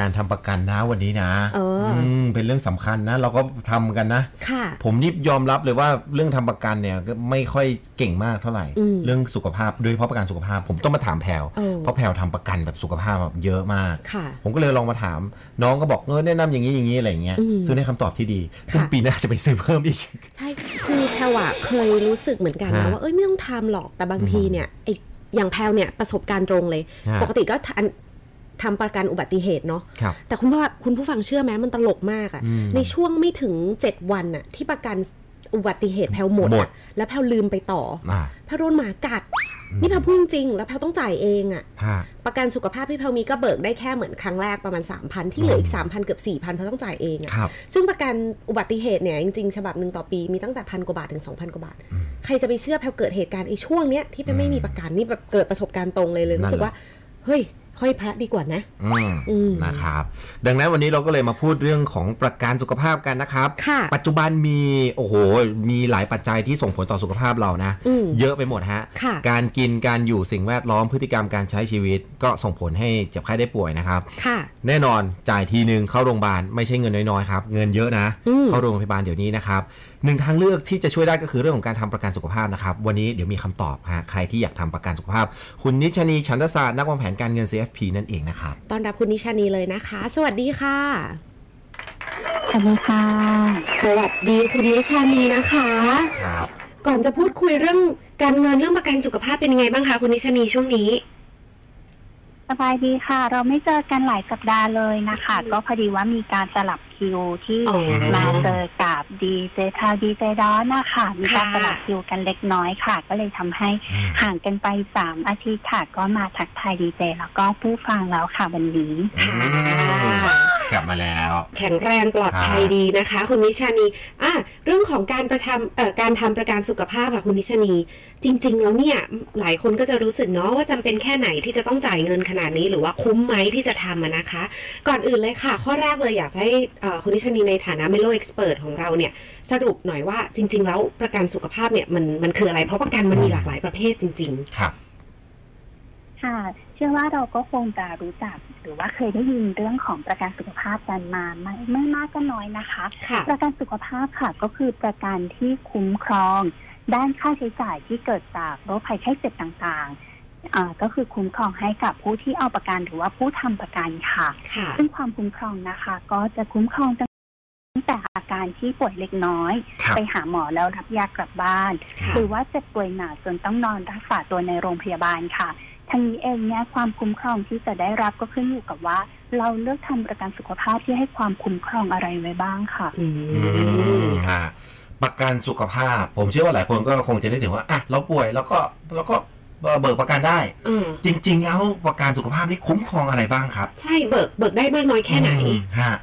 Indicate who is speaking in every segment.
Speaker 1: การทำประกันนะวันนี้นะ
Speaker 2: เอออื
Speaker 1: มเป็นเรื่องสำคัญนะ เราก็ทำกันนะ
Speaker 2: ค่ะ
Speaker 1: ผมนี่ยอมรับเลยว่าเรื่องทำประกันเนี่ยก็ไม่ค่อยเก่งมากเท่าไหร่
Speaker 2: อืม
Speaker 1: เรื่องสุขภาพโดยเฉพาะประกันสุขภาพ ผมต้องมาถามแพลว
Speaker 2: เออ
Speaker 1: เพราะแพลวทำประกันแบบสุขภาพแบบเยอะมาก
Speaker 2: ค่ะ
Speaker 1: ผมก็เลยลองมาถาม น้องก็บอกเออแนะนำอย่างนี้อย่างนี้อะไรอย่างเงี้ย
Speaker 2: อืม
Speaker 1: ซึ่งได้คำตอบที่ดี ซึ่ง
Speaker 2: ค่ะ
Speaker 1: ปีหน้าจะไปซื้อเพิ่มอีก
Speaker 2: ใช่คือแพรวอะเคยรู้สึกเหมือนกันนะ
Speaker 1: ฮะ
Speaker 2: ว่าเอ้ยไม่ต้องทำหรอกแต่บางทีเนี่ยไออย่างแพรวเนี่ยประสบการณ์ตรงเลย
Speaker 1: ฮะ
Speaker 2: ปกติก็ทำทำประกันอุบัติเหตุเนาะ
Speaker 1: ครับ
Speaker 2: แต่คุณว่าคุณผู้ฟังเชื่อไหมมันตลกมากอะ
Speaker 1: อืม
Speaker 2: ในช่วงไม่ถึง 7 วันอะที่ประกันอุบัติเหตุแพรวหมด
Speaker 1: หมด
Speaker 2: อะแล้วแพรวลืมไปต่ออ
Speaker 1: อ่า
Speaker 2: แพรวโดนหมากัด นี่แพรวพูดจริงๆแล้วแพรวต้องจ่ายเองอะ
Speaker 1: ถ้า
Speaker 2: ประกันสุขภาพที่เพลมีก็เบิกได้แค่เหมือนครั้งแรกประมาณ 3,000 ที่เหลืออีก 3,000 เกือบ 4,000เพราะต้องจ่ายเองอะ
Speaker 1: ครับ
Speaker 2: ซึ่งประกันอุบัติเหตุเนี่ยจริงๆ ฉบับหนึ่งต่อปีมีตั้งแต่พันกว่าบาทถึง 2,000 กว่าบาท ใครจะไปเชื่อแพลเกิดเหตุการณ์ไอ้ช่วงเนี้ยที่แพลไม่มีประกันนี่แบบเกิดประสบการณ์ตรงเลยเลยรู้สึกว่า เฮ้ยห้อยพระดีกว่านะ
Speaker 1: อืม
Speaker 2: อืม
Speaker 1: นะครับ ดังนั้นวันนี้เราก็เลยมาพูดเรื่องของประกันสุขภาพกันนะครับ
Speaker 2: ค่ะ
Speaker 1: ปัจจุบันมีโอ้โห มีหลายปัจจัยที่ส่งผลต่อสุขภาพเรานะ
Speaker 2: อืม
Speaker 1: เยอะไปหมดฮะ
Speaker 2: ค่ะ
Speaker 1: การกินการอยู่สิ่งแวดล้อมพฤติกรรมการใช้ชีวิต ก็ส่งผลให้เจ็บไข้ได้ป่วยนะครับ
Speaker 2: ค่ะ
Speaker 1: แน่นอนจ่ายทีนึงเข้าโรงพยาบาลไม่ใช่เงินน้อยๆครับ เงินเยอะนะ
Speaker 2: อืม
Speaker 1: เข้าโรงพยาบาลเดี๋ยวนี้นะครับหนึ่งทางเลือกที่จะช่วยได้ก็คือเรื่องของการทำประกันสุขภาพนะครับ วันนี้เดี๋ยวมีคำตอบฮะใครที่อยากทำประกันสุขภาพ คุณนิชนีชันทศาสตร์นักวางแผนการเงิน CFP นั่นเองนะครับ
Speaker 2: ต้อนรับคุณนิชานีเลยนะคะ สวัสดีค่ะ
Speaker 3: สวัสดีค่ะ
Speaker 2: สวัสดีคุณนิชานีนะคะ
Speaker 1: ครับ
Speaker 2: ก่อนจะพูดคุยเรื่องการเงินเรื่องประกันสุขภาพเป็นยังไงบ้างคะคุณนิชานีช่วงนี้
Speaker 3: สบายดีค่ะ เราไม่เจอกันหลายสัปดาห์เลยนะคะ ก็พอดีว่ามีการสลับคิวที่
Speaker 2: อ๋อ
Speaker 3: มาเจอกับดีเจทาวดีเจดอนนะคะมีการสลับคิวกันเล็กน้อยค่ะ ก็เลยทำให้ห่างกันไปสามอาทิตย์ค่ะ ก็มาทักทายดีเจแล้วก็ผู้ฟังแล้วค่ะวันนี้
Speaker 2: ค่ะ
Speaker 1: กลับมาแล้ว
Speaker 2: แข็งแรงปลอดภั
Speaker 1: ค
Speaker 2: ย
Speaker 1: รับ
Speaker 2: ดีนะคะ คุณนิชานีอ่ะเรื่องของการประทำเอ่อการทำประกันสุขภาพค่ะคุณนิชานี จริง ๆ แล้วเนี่ยหลายคนก็จะรู้สึกเนาะว่าจำเป็นแค่ไหนที่จะต้องจ่ายเงินขนาดนี้ หรือว่าคุ้มไหมที่จะทำอะนะคะ ก่อนอื่นเลยค่ะ ข้อแรกเลยอยากจะให้เอ่อคุณนิชานีในฐานะเมโลเอ็กซ์เพรสของเราเนี่ยสรุปหน่อยว่าจริง ๆ แล้วประกันสุขภาพเนี่ยมันมันคืออะไรเพราะประกันมันมีหลากหลายประเภทจริง
Speaker 1: ครับ
Speaker 3: ค่ะ เชื่อว่าเราก็คงจะรู้จัก หรือว่าเคยได้ยินเรื่องของประกันสุขภาพกันมาไม่ไม่มากก็น้อยนะคะ
Speaker 2: ๆ ค่ะ
Speaker 3: ประกันสุขภาพค่ะก็คือประกันที่คุ้มครอง ด้านค่าใช้จ่ายที่เกิดจากโรคภัยไข้เจ็บต่างๆอ่าก็คือคุ้มครองให้กับผู้ที่เอาประกันหรือว่าผู้ทำประกันค่ะ
Speaker 2: ค่ะ
Speaker 3: ซึ่งความคุ้มครองนะคะ ก็จะคุ้มครองตั้งแต่อาการที่ป่วยเล็กน้อย
Speaker 1: ครับ
Speaker 3: ไปหาหมอแล้วรับยากลับบ้าน
Speaker 2: ค่ะ
Speaker 3: หรือว่าเจ็บป่วยหนักจนต้องนอนรักษาตัวในโรงพยาบาลค่ะทั้งนี้เองเนี่ยความคุ้มครองที่จะได้รับก็ขึ้นอยู่กับว่า เราเลือกทำประกันสุขภาพที่ให้ความคุ้มครองอะไรไว้บ้างค่ะ
Speaker 2: อืม
Speaker 1: ฮะ ประกันสุขภาพ ผมเชื่อว่าหลายคนก็คงจะได้ถึงว่า อ่ะ เราป่วยแล้วก็แล้วก็เบิกประกันได้
Speaker 2: เออ
Speaker 1: จริง ๆ แล้วประกันสุขภาพนี่คุ้มครองอะไรบ้างครับ
Speaker 2: ใช่เบิกเบิกได้มากน้อยแค่ไหน
Speaker 1: อืมฮะ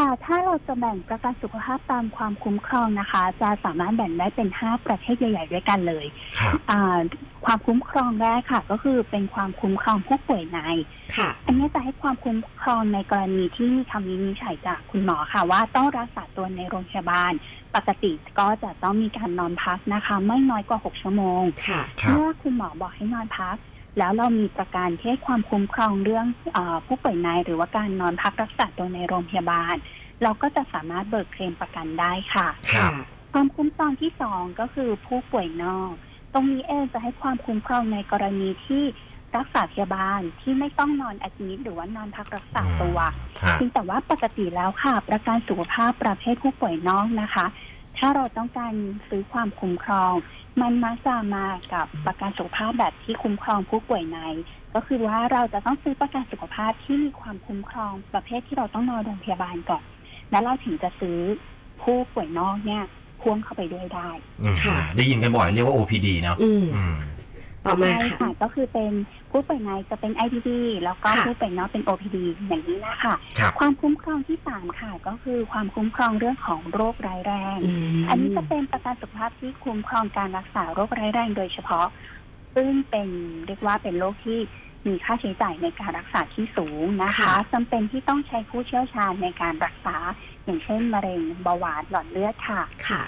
Speaker 3: ค่ะ ถ้าเราจะแบ่งประกันสุขภาพตามความคุ้มครองนะคะ จะสามารถแบ่งได้เป็น 5 ประเภทใหญ่ ๆ ด้วยกันเลย
Speaker 1: ครับ
Speaker 3: อ่าความคุ้มครองแรกค่ะ ก็คือเป็นความคุ้มครองผู้ป่วยใน
Speaker 2: ค่ะ
Speaker 3: อันนี้จะให้ความคุ้มครองในกรณีที่มีคำวินิจฉัยจากคุณหมอค่ะ ว่าต้องรักษาตัวในโรงพยาบาล ปกติก็จะต้องมีการนอนพักนะคะ ไม่น้อยกว่า 6 ชั่วโมง
Speaker 2: ค่ะ
Speaker 1: ครับ
Speaker 3: เมื่อคุณหมอบอกให้นอนพัก แล้วเรามีประกันที่ให้ความคุ้มครองเรื่องเออผู้ป่วยในหรือว่าการนอนพักรักษาตัวในโรงพยาบาล เราก็จะสามารถเบิกเคลมประกันได้ค่ะ
Speaker 1: ครับ
Speaker 3: ความคุ้มครองที่สองก็คือผู้ป่วยนอก ตรงนี้เองจะให้ความคุ้มครองในกรณีที่รักษาพยาบาลที่ไม่ต้องนอนอาทิตย์หรือว่านอนพักรักษาตัว
Speaker 1: ฮะ
Speaker 3: เพียงแต่ว่าปกติแล้วค่ะ ประกันสุขภาพประเภทผู้ป่วยนอกนะคะ ถ้าเราต้องการซื้อความคุ้มครอง มันมักจะมากับประกันสุขภาพแบบที่คุ้มครองผู้ป่วยใน ก็คือว่าเราจะต้องซื้อประกันสุขภาพที่มีความคุ้มครองประเภทที่เราต้องนอนโรงพยาบาลก่อน แล้วเราถึงจะซื้อผู้ป่วยนอกเนี่ยพ่วงเข้าไปด้วยได้
Speaker 1: อืม
Speaker 2: ค่ะ
Speaker 1: ได้ยินกันบ่อยเรียกว่า OPD เนอะ
Speaker 2: อืม
Speaker 1: อืม
Speaker 2: ต่อมา
Speaker 3: ใช่
Speaker 2: ค่ะ
Speaker 3: ค่ะก็คือเป็นผู้ป่วยในจะเป็น IDD แล้วก็
Speaker 2: ค่ะ
Speaker 3: ผู้ป่วยนอกเป็น OPD อย่างนี้นะคะ
Speaker 1: ครับ
Speaker 3: ความคุ้มครองที่สามค่ะ ก็คือความคุ้มครองเรื่องของโรคร้ายแรง
Speaker 2: ม
Speaker 3: อันนี้จะเป็นประกันสุขภาพที่คุ้มครองการรักษาโรคร้ายแรงโดยเฉพาะ ซึ่งเป็นเรียกว่าเป็นโรคที่ มีค่าใช้จ่ายในการรักษาที่สูงนะคะ
Speaker 2: ค่ะ
Speaker 3: จำเป็นที่ต้องใช้ผู้เชี่ยวชาญในการรักษา อย่างเช่นมะเร็งเบาหวานหลอดเลือดค่ะ
Speaker 2: ค่ะ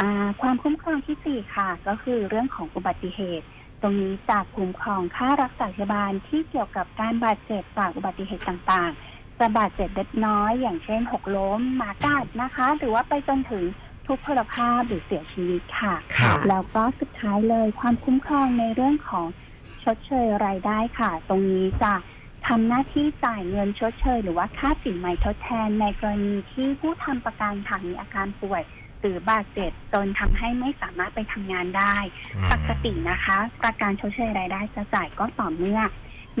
Speaker 3: อ่าความคุ้มครองที่สี่ค่ะ ก็คือเรื่องของอุบัติเหตุ ตรงนี้จากคุ้มครองค่ารักษาพยาบาลที่เกี่ยวกับการบาดเจ็บจากอุบัติเหตุต่างๆจะบาดเจ็บเล็กน้อย อย่างเช่นหกล้มหมากัดนะคะ หรือว่าไปจนถึงทุพพลภาพหรือเสียชีวิตค่ะ
Speaker 1: ครับ
Speaker 3: แล้วก็สุดท้ายเลยความคุ้มครองในเรื่องของชดเชยรายได้ค่ะ ตรงนี้จะทำหน้าที่จ่ายเงินชดเชย หรือว่าค่าสินใหม่ทดแทนในกรณีที่ผู้ทำประกันค่ะมีอาการป่วย หรือบาดเจ็บจนทำให้ไม่สามารถไปทำงานได้ ปกตินะคะ ประกันชดเชยรายได้จะจ่ายก็ต่อเมื่อ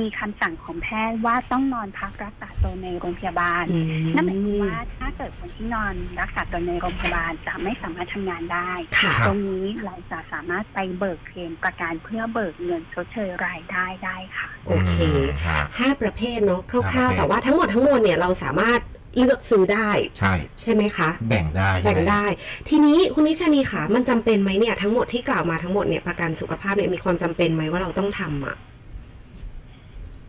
Speaker 3: มีคำสั่งของแพทย์ว่าต้องนอนพักรักษาตัวในโรงพยาบาล
Speaker 2: อืม
Speaker 3: นั่นหมายความว่าถ้าเกิดคนที่นอนรักษาตัวในโรงพยาบาลจะไม่สามารถทำงานได้
Speaker 2: ค่ะ
Speaker 1: รับ
Speaker 3: ตรงนี้เราจะสามารถไปเบิกเคลมประกันเพื่อเบิกเงินชดเชยรายได้ได้ค่ะ
Speaker 2: โอเค
Speaker 1: ครับ
Speaker 2: ห้าประเภทเนาะคร่าว
Speaker 1: ห้าประเภท
Speaker 2: ๆ แต่ว่าทั้งหมดทั้งมวลเนี่ยเราสามารถเลือกซื้อได้
Speaker 1: ใช่
Speaker 2: ใช่ไหมคะ
Speaker 1: แบ่งได้ใช่
Speaker 2: แบ่ง
Speaker 1: หม
Speaker 2: ได้ ทีนี้คุณนิชานีค่ะ มันจำเป็นไหมเนี่ยทั้งหมดที่กล่าวมาทั้งหมดเนี่ยประกันสุขภาพเนี่ยมีความจำเป็นไหมว่าเราต้องทำอ่ะ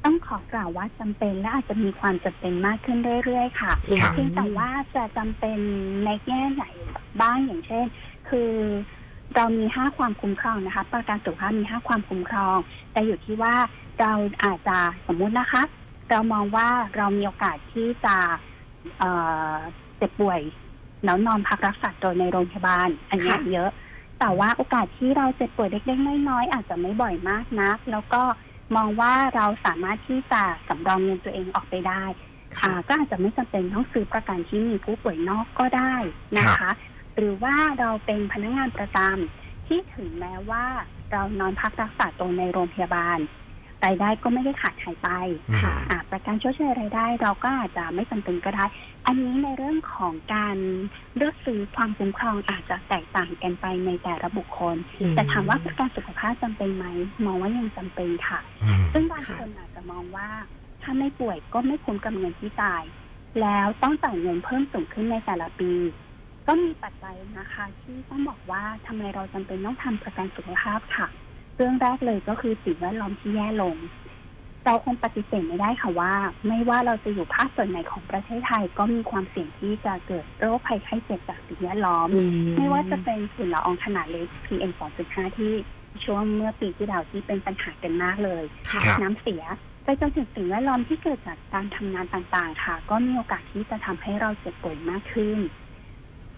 Speaker 3: ต้องขอกล่าวว่าจำเป็นและอาจจะมีความจำเป็นมากขึ้นเรื่อยๆค่ะ
Speaker 1: ครับ
Speaker 3: เพียงแต่ว่าจะจำเป็นในแง่ไหนบ้างอย่างเช่น คือเรามีห้าความคุ้มครองนะคะประกันสุขภาพมีห้าความคุ้มครอง แต่อยู่ที่ว่าเราอาจจะสมมุตินะคะ เรามองว่าเรามีโอกาสที่จะเอ่อเจ็บป่วยแล้วนอนพักรักษาตัวในโรงพยาบาล อันเนี้ย
Speaker 2: ค่ะ
Speaker 3: เยอะ แต่ว่าโอกาสที่เราเจ็บป่วยเล็กๆน้อยๆอาจจะไม่บ่อยมากนัก แล้วก็มองว่าเราสามารถที่จะสำรองเงินตัวเองออกไปได้
Speaker 2: ค่ะ
Speaker 3: อ่าก็อาจจะไม่จำเป็นต้องซื้อประกันที่มีผู้ป่วยนอกก็ได้นะ
Speaker 1: ครั
Speaker 3: คะ
Speaker 1: บ
Speaker 3: หรือว่าเราเป็นพนักงานประจำที่ถึงแม้ว่าเรานอนพักรักษาตัวในโรงพยาบาลรายได้ก็ไม่ได้ขาดหายไป
Speaker 1: อืม
Speaker 2: ค่ะ
Speaker 3: อ่าประกันชดเชยรายได้เราก็อาจจะไม่จำเป็นก็ได้ อันนี้ในเรื่องของการเลือกซื้อความคุ้มครองอาจจะแตกต่างกันไปในแต่ละบุคคล แต่ถามว่าประกันสุขภาพจำเป็นไหมมองว่ายังจำเป็นค่ะ
Speaker 1: อืม
Speaker 3: ซึ่งบาง
Speaker 2: ค่ะ
Speaker 3: คนอาจจะมองว่า ถ้าไม่ป่วยก็ไม่คุ้มกับเงินที่จ่าย แล้วต้องจ่ายเงินเพิ่มสูงขึ้นในแต่ละปี ก็มีปัจจัยนะคะ ที่ต้องบอกว่าทำไมเราจำเป็นต้องทำประกันสุขภาพค่ะ เรื่องแรกเลยก็คือสิ่งแวดล้อมที่แย่ลง เราคงปฏิเสธไม่ได้ค่ะว่า ไม่ว่าเราจะอยู่ภาคส่วนไหนของประเทศไทยก็มีความเสี่ยงที่จะเกิดโรคภัยไข้เจ็บจากสิ่งแวดล้อม
Speaker 2: อื
Speaker 3: ไม่ว่าจะเป็นฝุ่นละอองขนาดเล็ก PM 2.5 ที่ช่วงเมื่อปีที่แล้วที่เป็นปัญหากันมากเลย
Speaker 2: ค่ะ
Speaker 1: ครับ
Speaker 3: น้ำเสียไปจนถึงสิ่งแวดล้อมที่เกิดจากการทำงานต่างๆ ค่ะ ก็มีโอกาสที่จะทำให้เราเจ็บป่วยมากขึ้น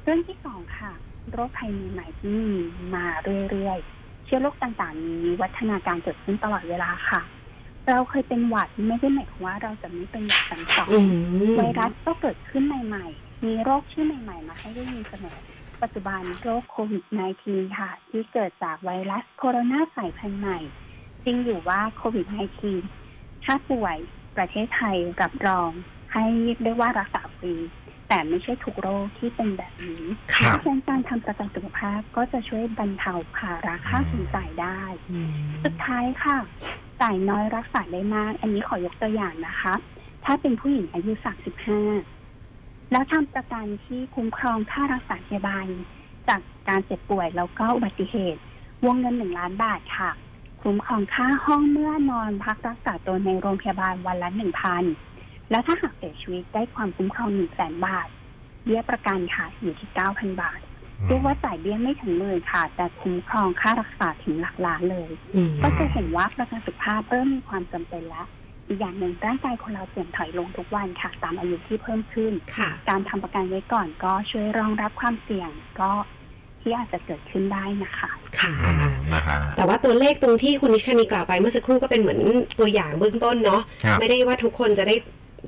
Speaker 3: เรื่องที่สองค่ะ โรคภัยใหม่ๆที่มีมาเรื่อยๆ เชื้อโรคต่างๆ มีวิวัฒนาการเกิดขึ้นตลอดเวลาค่ะ เราเคยเป็นหวัดไม่ได้หมายความว่าเราจะไม่เป็นหวัดซ้ำสอง
Speaker 2: อืม
Speaker 3: ไวรัสก็เกิดขึ้นใหม่ ๆ มีโรคชื่อใหม่ ๆ มาให้ได้ยินเสมอ ปัจจุบันโรคโควิด -19 ค่ะ ที่เกิดจากไวรัสโคโรนาสายพันธุ์ใหม่ จริงอยู่ว่าโควิด -19 ถ้าป่วยประเทศไทยรับรอง ให้เรียกได้ว่ารักษาฟรี แต่ไม่ใช่ทุกโรคที่เป็นแบบนี้
Speaker 2: ครั
Speaker 3: เพ
Speaker 2: บ
Speaker 3: ราะฉะนั้นการทำประกันสุขภาพก็จะช่วยบรรเทาภาระค่าใช้จ่ายได้
Speaker 2: อืม
Speaker 3: สุดท้ายค่ะจ่ายน้อยรักษาได้มาก อันนี้ขอยกตัวอย่างนะคะ ถ้าเป็นผู้หญิงอายุ 35 แล้วทำประกันที่คุ้มครองค่ารักษาพยาบาล จากการเจ็บป่วยแล้วก็อุบัติเหตุ วงเงินหนึ่งล้านบาทค่ะ คุ้มครองค่าห้องเมื่อนอนพักรักษาตัวในโรงพยาบาลวันละหนึ่งพันแล้วถ้าหากเสียชีวิตได้ความคุ้มครองหนึ่งแสนบาทเบี้ยประกันค่ะอยู่ที่เก้าพันบาท เรียกว่าจ่ายเบี้ยไม่ถึงหมื่นค่ะ แต่คุ้มครองค่ารักษาถึงหลักล้านเลย
Speaker 2: อืม
Speaker 3: ก็จะเห็นว่าประกันสุขภาพเริ่มมีความจำเป็นแล้ว อีกอย่างหนึ่งร่างกายของเราเสื่อมถอยลงทุกวันค่ะ ตามอายุที่เพิ่มขึ้น
Speaker 2: ค่ะ
Speaker 3: การทำประกันไว้ก่อนก็ช่วยรองรับความเสี่ยงก็ที่อาจจะเกิดขึ้นได้นะคะ
Speaker 2: ค่ะ
Speaker 1: อืมนะฮะ
Speaker 2: แต่ว่าตัวเลขตรงที่คุณนิชานีกล่าวไปเมื่อสักครู่ก็เป็นเหมือนตัวอย่างเบื้องต้นเนาะ
Speaker 1: ครับ
Speaker 2: ไม่ได้ว่าทุกคนจะได้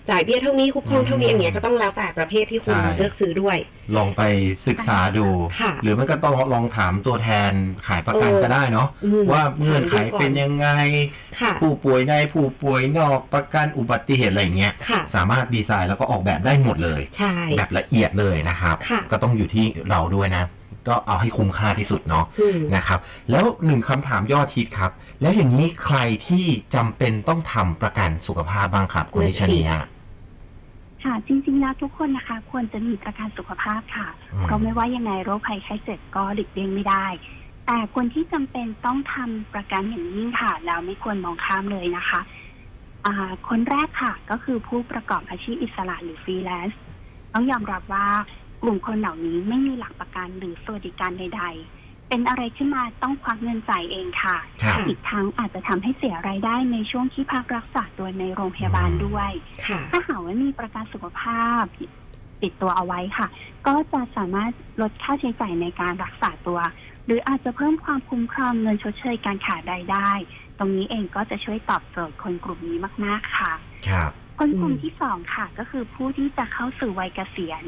Speaker 2: จ่ายเบี้ยเท่านี้คุ้มครองเท่านี้
Speaker 1: อืม
Speaker 2: อย่างเงี้ยก็ต้องแล้วแต่ประเภทที่คุณ
Speaker 1: ใช่
Speaker 2: เลือกซื้อด้วย
Speaker 1: ลองไปศึกษาดู
Speaker 2: ค่ะ
Speaker 1: หรือมันก็ต้องลองถามตัวแทนขายประกัน
Speaker 2: เออ
Speaker 1: ก็ได้เนาะ
Speaker 2: อืม
Speaker 1: ว่าเงื่อนไขเป็นยังไง
Speaker 2: ค่ะ
Speaker 1: ผู้ป่วยในผู้ป่วยนอกประกันอุบัติเหตุอะไรอย่างเงี้ย
Speaker 2: ค่ะ
Speaker 1: สามารถดีไซน์แล้วก็ออกแบบได้หมดเลย
Speaker 2: ใช่
Speaker 1: แบบละเอียดเลยนะครับ
Speaker 2: ค่ะ
Speaker 1: ก็ต้องอยู่ที่เราด้วยนะ ก็เอาให้คุ้มค่าที่สุดเนาะ
Speaker 2: อืม
Speaker 1: นะครับ แล้วหนึ่งคำถามยอดฮิตครับ แล้วอย่างนี้ใครที่จำเป็นต้องทำประกันสุขภาพบ้างครับคุณ
Speaker 2: นั่น
Speaker 1: นิ
Speaker 2: สิ
Speaker 1: ชานีฮะ
Speaker 3: ค่ะจริงๆแล้วทุกคนนะคะ ควรจะมีประกันสุขภาพค่ะ
Speaker 1: อืม
Speaker 3: เพราะไม่ว่ายังไงโรคภัยไข้เจ็บก็หลีกเลี่ยงไม่ได้ แต่คนที่จำเป็นต้องทำประกันอย่างยิ่งค่ะ แล้วไม่ควรมองข้ามเลยนะคะ อ่าคนแรกค่ะก็คือผู้ประกอบอาชีพอิสระหรือฟรีแลนซ์ต้องยอมรับว่ากลุ่มคนเหล่านี้ไม่มีหลักประกันหรือสวัสดิการใด ๆ เป็นอะไรขึ้นมาต้องควักเงินจ่ายเองค่ะ
Speaker 1: ครับ
Speaker 3: อีกทั้งอาจจะทำให้เสียรายได้ในช่วงที่พักรักษาตัวในโรงพยาบาลด้วย
Speaker 2: ค่ะ
Speaker 3: ถ้าหากว่ามีประกันสุขภาพติดตัวเอาไว้ค่ะ ก็จะสามารถลดค่าใช้จ่ายในการรักษาตัว หรืออาจจะเพิ่มความคุ้มครองเงินชดเชยการขาดรายได้ ตรงนี้เองก็จะช่วยตอบโจทย์คนกลุ่มนี้มาก ๆ ค่ะ
Speaker 1: ครับ
Speaker 3: คนกลุ่ม
Speaker 2: อืม
Speaker 3: ที่สองค่ะ ก็คือผู้ที่จะเข้าสู่วัยเกษียณ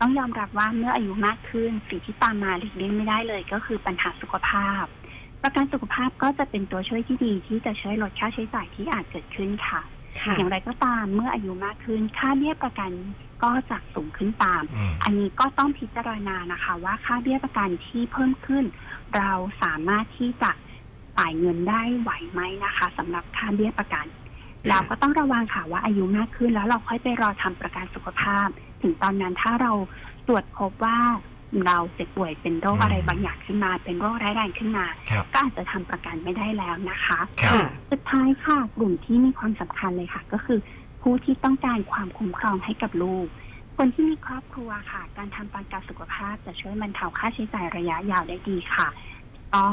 Speaker 3: ต้องยอมรับว่าเมื่ออายุมากขึ้นสิ่งที่ตามมาหลีกเลี่ยงไม่ได้เลย ก็คือปัญหาสุขภาพ ประกันสุขภาพก็จะเป็นตัวช่วยที่ดีที่จะช่วยลดค่าใช้จ่ายที่อาจเกิดขึ้นค่ะ
Speaker 2: ค่ะ
Speaker 3: อย่างไรก็ตามเมื่ออายุมากขึ้น ค่าเบี้ยประกันก็จะสูงขึ้นตาม
Speaker 1: อืม
Speaker 3: อันนี้ก็ต้องพิจารณานะคะ ว่าค่าเบี้ยประกันที่เพิ่มขึ้น เราสามารถที่จะจ่ายเงินได้ไหวไหมนะคะสำหรับค่าเบี้ยประกัน
Speaker 2: ะ
Speaker 3: เราก็ต้องระวังค่ะว่าอายุมากขึ้นแล้วเราค่อยไปรอทำประกันสุขภาพ ถึงตอนนั้นถ้าเราตรวจพบว่าเราเจ็บป่วยเป็นโรค
Speaker 1: อืม
Speaker 3: อะไรบางอย่างขึ้นมา เป็นโรคร้ายแรงขึ้นมา
Speaker 1: ครับ
Speaker 3: ก็อาจจะทำประกันไม่ได้แล้วนะคะ
Speaker 1: ครับ
Speaker 2: ค่ะ
Speaker 3: สุดท้ายค่ะกลุ่มที่มีความสำคัญเลยค่ะ ก็คือ ผู้ที่ต้องการความคุ้มครองให้กับลูก คนที่มีครอบครัวค่ะ การทำประกันสุขภาพจะช่วยบรรเทาค่าใช้จ่ายระยะยาวได้ดีค่ะ ก็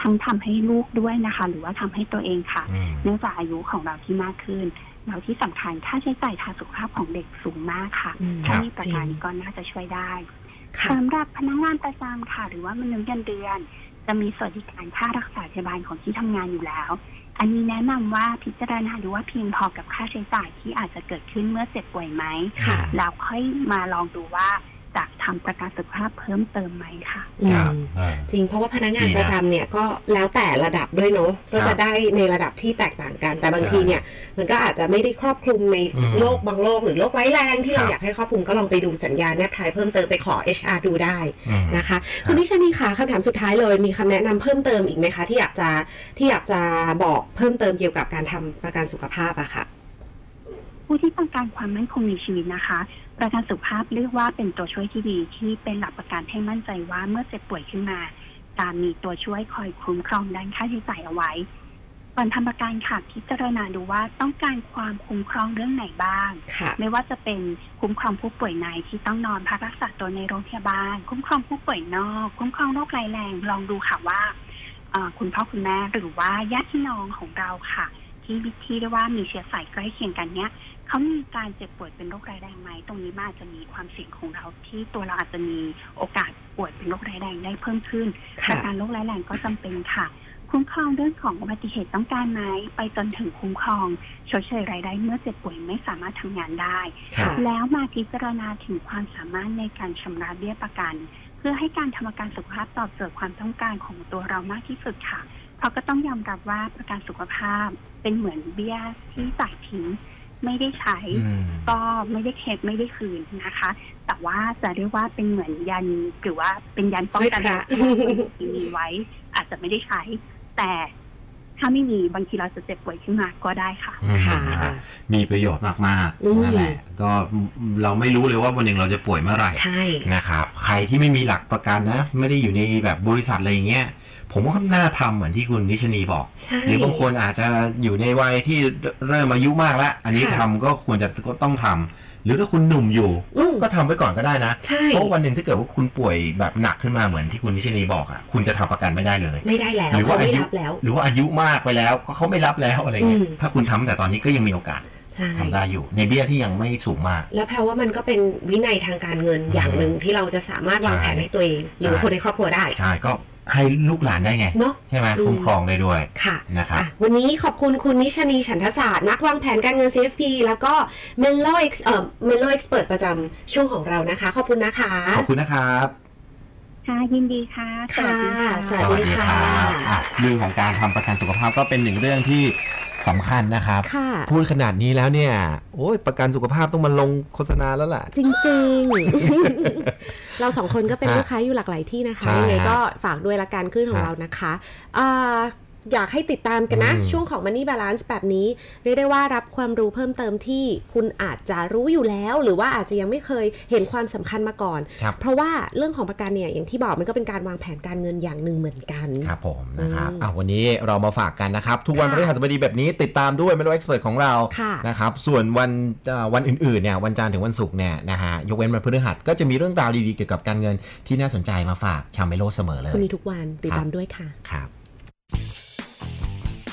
Speaker 3: ทั้งทำให้ลูกด้วยนะคะ หรือว่าทำให้ตัวเองค่ะ
Speaker 1: อืม
Speaker 3: เนื่องจากอายุของเราที่มากขึ้น แล้วที่สำคัญค่าใช้จ่ายทางสุขภาพของเด็กสูงมากค่ะ
Speaker 2: อืม
Speaker 1: ค
Speaker 3: ถ้า
Speaker 1: รับ
Speaker 3: มีประกัน
Speaker 2: จริง
Speaker 3: ก็น่าจะช่วยได้
Speaker 2: ค่ะ
Speaker 3: สำหรับพนักงานประจำค่ะ หรือว่ามนุษย์เงินเดือน จะมีสวัสดิการค่ารักษาพยาบาลของที่ทำงานอยู่แล้ว อันนี้แนะนำว่าพิจารณาดูว่าเพียงพอกับค่าใช้จ่ายที่อาจจะเกิดขึ้นเมื่อเจ็บป่วยไหม
Speaker 2: ค่ะ
Speaker 3: แล้วค่อยมาลองดูว่าจะทำประกันสุขภาพเพิ่มเติมไหมค่ะ
Speaker 2: อื
Speaker 1: ครับ
Speaker 2: ม
Speaker 1: อ่า
Speaker 2: จริงเพราะว่าพนักงาน
Speaker 1: ดีนะ
Speaker 2: ประจำเนี่ยก็แล้วแต่ระดับด้วยเนาะก็
Speaker 1: ครั
Speaker 2: จะ
Speaker 1: บ
Speaker 2: ได้ในระดับที่แตกต่างกัน แต่บางทีเนี่ยมันก็อาจจะไม่ได้ครอบคลุมใน
Speaker 1: อืม
Speaker 2: โรคบางโรคหรือโรคร้ายแรงที่
Speaker 1: ครั
Speaker 2: เรา
Speaker 1: บ
Speaker 2: อยากให้ครอบคลุมก็ลองไปดูสัญญาณแนบท้ายเพิ่มเติมไปขอ HR ดูได้
Speaker 1: อืม
Speaker 2: นะคะคุณนิชานีค่ะคำถามสุดท้ายเลยมีคำแนะนำเพิ่มเติมอีกไหมคะที่อยากจะที่อยากจะบอกเพิ่มเติมเกี่ยวกับการทำประกันสุขภาพอะค่ะ
Speaker 3: ผู้ที่ต้องการความมั่นคงในชีวิตนะคะ ประกันสุขภาพเรียกว่าเป็นตัวช่วยที่ดีที่เป็นหลักประกันให้มั่นใจว่าเมื่อเจ็บป่วยขึ้นมา การมีตัวช่วยคอยคุ้มครองด้านค่าใช้จ่ายเอาไว้ก่อนทำประกันค่ะพิจารณาดูว่าต้องการความคุ้มครองเรื่องไหนบ้าง
Speaker 2: ค่ะ
Speaker 3: ไม่ว่าจะเป็นคุ้มครองผู้ป่วยในที่ต้องนอนพักรักษาตัวในโรงพยาบาล คุ้มครองผู้ป่วยนอก คุ้มครองโรคร้ายแรงลองดูค่ะว่าเอ่อคุณพ่อคุณแม่หรือว่าญาติพี่น้องของเราค่ะ ที่ที่เรียกว่ามีเชื้อสายใกล้เคียงกันเนี้ยเขามีการเจ็บป่วยเป็นโรคร้ายแรงไหมตรงนี้มันอาจจะมีความเสี่ยงของเราที่ตัวเราอาจจะมีโอกาสป่วยเป็นโรคร้ายแรงได้เพิ่มขึ้น
Speaker 2: ค่ะ
Speaker 3: ประกันโรคร้ายแรงก็จำเป็นค่ะ คุ้มครองเรื่องของอุบัติเหตุต้องการไหมไปจนถึงคุ้มครองชดเชยรายได้เมื่อเจ็บป่วยไม่สามารถทำงานได้
Speaker 2: ค่ะ
Speaker 3: แล้วมาพิจารณาถึงความสามารถในการชำระเบี้ยประกัน เพื่อให้การทำประกันสุขภาพตอบโจทย์ความต้องการของตัวเรามากที่สุดค่ะ เพราะก็ต้องยอมรับว่าประกันสุขภาพเป็นเหมือนเบี้ยที่จ่ายทิ้งไม่ได้ใช้
Speaker 1: อืม
Speaker 3: ก็ไม่ได้เคสไม่ได้คืนนะคะ แต่ว่าจะเรียกว่าเป็นเหมือนยันหรือว่าเป็นยันป้องกัน
Speaker 2: ไม่ค่ะ
Speaker 3: ที่มีไว้ อาจจะไม่ได้ใช้ แต่ถ้าไม่มีบางทีเราจะเจ็บป่วยขึ้นมาก็ได้ค่ะ
Speaker 2: ค่ะ
Speaker 4: มีประโยชน์มาก
Speaker 2: อืม
Speaker 4: ๆนั่นแหละก็เราไม่รู้เลยว่าวันหนึ่งเราจะป่วยเมื่อไหร่
Speaker 2: ใช่
Speaker 4: นะครับใครที่ไม่มีหลักประกันนะ ไม่ได้อยู่ในแบบบริษัทอะไรอย่างเงี้ยผมว่าก็น่าทำเหมือนที่คุณนิชนีบอก
Speaker 2: ใช่
Speaker 4: หรือบางคนอาจจะอยู่ในวัยที่เริ่มอายุมากแล้ว อันนี้
Speaker 2: ค่ะ
Speaker 4: ทำก็ควรจะก็ต้องทำหรือถ้าคุณหนุ่มอยู่
Speaker 2: อืม
Speaker 4: ก็ทำไว้ก่อนก็ได้นะ
Speaker 2: ใช่
Speaker 4: เพราะวันหนึ่งถ้าเกิดว่าคุณป่วยแบบหนักขึ้นมาเหมือนที่คุณนิชนีบอกอ่ะคุณจะทำประกันไม่ได้เลย
Speaker 2: ไม่ได้แล้ว
Speaker 4: หรือ
Speaker 2: เขา
Speaker 4: ว่าอา
Speaker 2: ไม่
Speaker 4: ยุ
Speaker 2: รับแล้ว
Speaker 4: หรือว่าอายุมากไปแล้วก็เขาไม่รับแล้วอะไรเงี้ย
Speaker 2: อืม
Speaker 4: ถ้าคุณทำตั้งแต่ตอนนี้ก็ยังมีโอกาส
Speaker 2: ใช่
Speaker 4: ทำได้อยู่ในเบี้ยที่ยังไม่สูงมาก
Speaker 2: แล้วแปลว่ามันก็เป็นวินัยทางการเงิน
Speaker 4: อืม
Speaker 2: อย่างหนึ่งที่เราจะสามารถวางแผนให้ตัวเอง หรือ
Speaker 4: ใช่
Speaker 2: คนในครอบครัวได้
Speaker 4: ใช่ก็ให้ลูกหลานได้ไง
Speaker 2: เนาะ
Speaker 4: ใช่ไหม
Speaker 2: อืม
Speaker 4: คุ้มครองได้ด้วย
Speaker 2: ค่ะ
Speaker 4: นะครับ
Speaker 2: อ่ะ วันนี้ขอบคุณคุณนิชานีฉันทศาสตร์นักวางแผนการเงิน CFP แล้วก็ Melo Ex เอ่อ Melo Expert ประจำช่วงของเรานะคะ ขอบคุณนะคะ
Speaker 4: ขอบคุณนะครับ
Speaker 3: ค่ะ ยินดีค่ะ สวัสดีค่ะ
Speaker 2: ค่ะสวัสดี
Speaker 4: ครับอ่ะเรื่องของการทำประกันสุขภาพก็เป็นหนึ่งเรื่องที่สำคัญนะครับ
Speaker 2: ค่ะ
Speaker 1: พูดขนาดนี้แล้วเนี่ย โอ้ยประกันสุขภาพต้องมาลงโฆษณาแล้วล่ะ
Speaker 2: จริง ๆ เราสองคนก็เป็น
Speaker 1: ฮะ
Speaker 2: ลูกค้าอยู่หลักหลายที่นะคะ
Speaker 1: ใช่
Speaker 2: ยังไง
Speaker 1: ฮะ
Speaker 2: ก็ฝากด้วยละกันขึ้นของ
Speaker 1: ฮะ
Speaker 2: เรานะคะอ่า อยากให้ติดตามกันนะ
Speaker 1: อืม
Speaker 2: ช่วงของ Money Balance แบบนี้ เรียกได้ว่ารับความรู้เพิ่มเติมที่คุณอาจจะรู้อยู่แล้ว หรือว่าอาจจะยังไม่เคยเห็นความสำคัญมาก่อน
Speaker 1: ครับ
Speaker 2: เพราะว่าเรื่องของประกันเนี่ยอย่างที่บอกมันก็เป็นการวางแผนการเงินอย่างหนึ่งเหมือนกัน
Speaker 1: ครับผมนะครับ
Speaker 2: อืม
Speaker 1: อ่ะวันนี้เรามาฝากกันนะครับ ทุกวัน
Speaker 2: ค่ะ
Speaker 1: พฤหัสบดีแบบนี้ติดตามด้วยไม่รู้เอ็กซ์เพรสของเรา
Speaker 2: ค่ะ
Speaker 1: นะครับส่วนวันเอ่อวันอื่นๆเนี่ยวันจันทร์ถึงวันศุกร์เนี่ยนะฮะยกเว้นวันพฤหัสก็จะมีเรื่องราวดีๆเกี่ยวกับการเงินที่น่าสนใจมาฝากชาวเมโลเสมอเลย
Speaker 2: คุณมีทุกวันติดตามด้วยค่ะ
Speaker 1: ครับ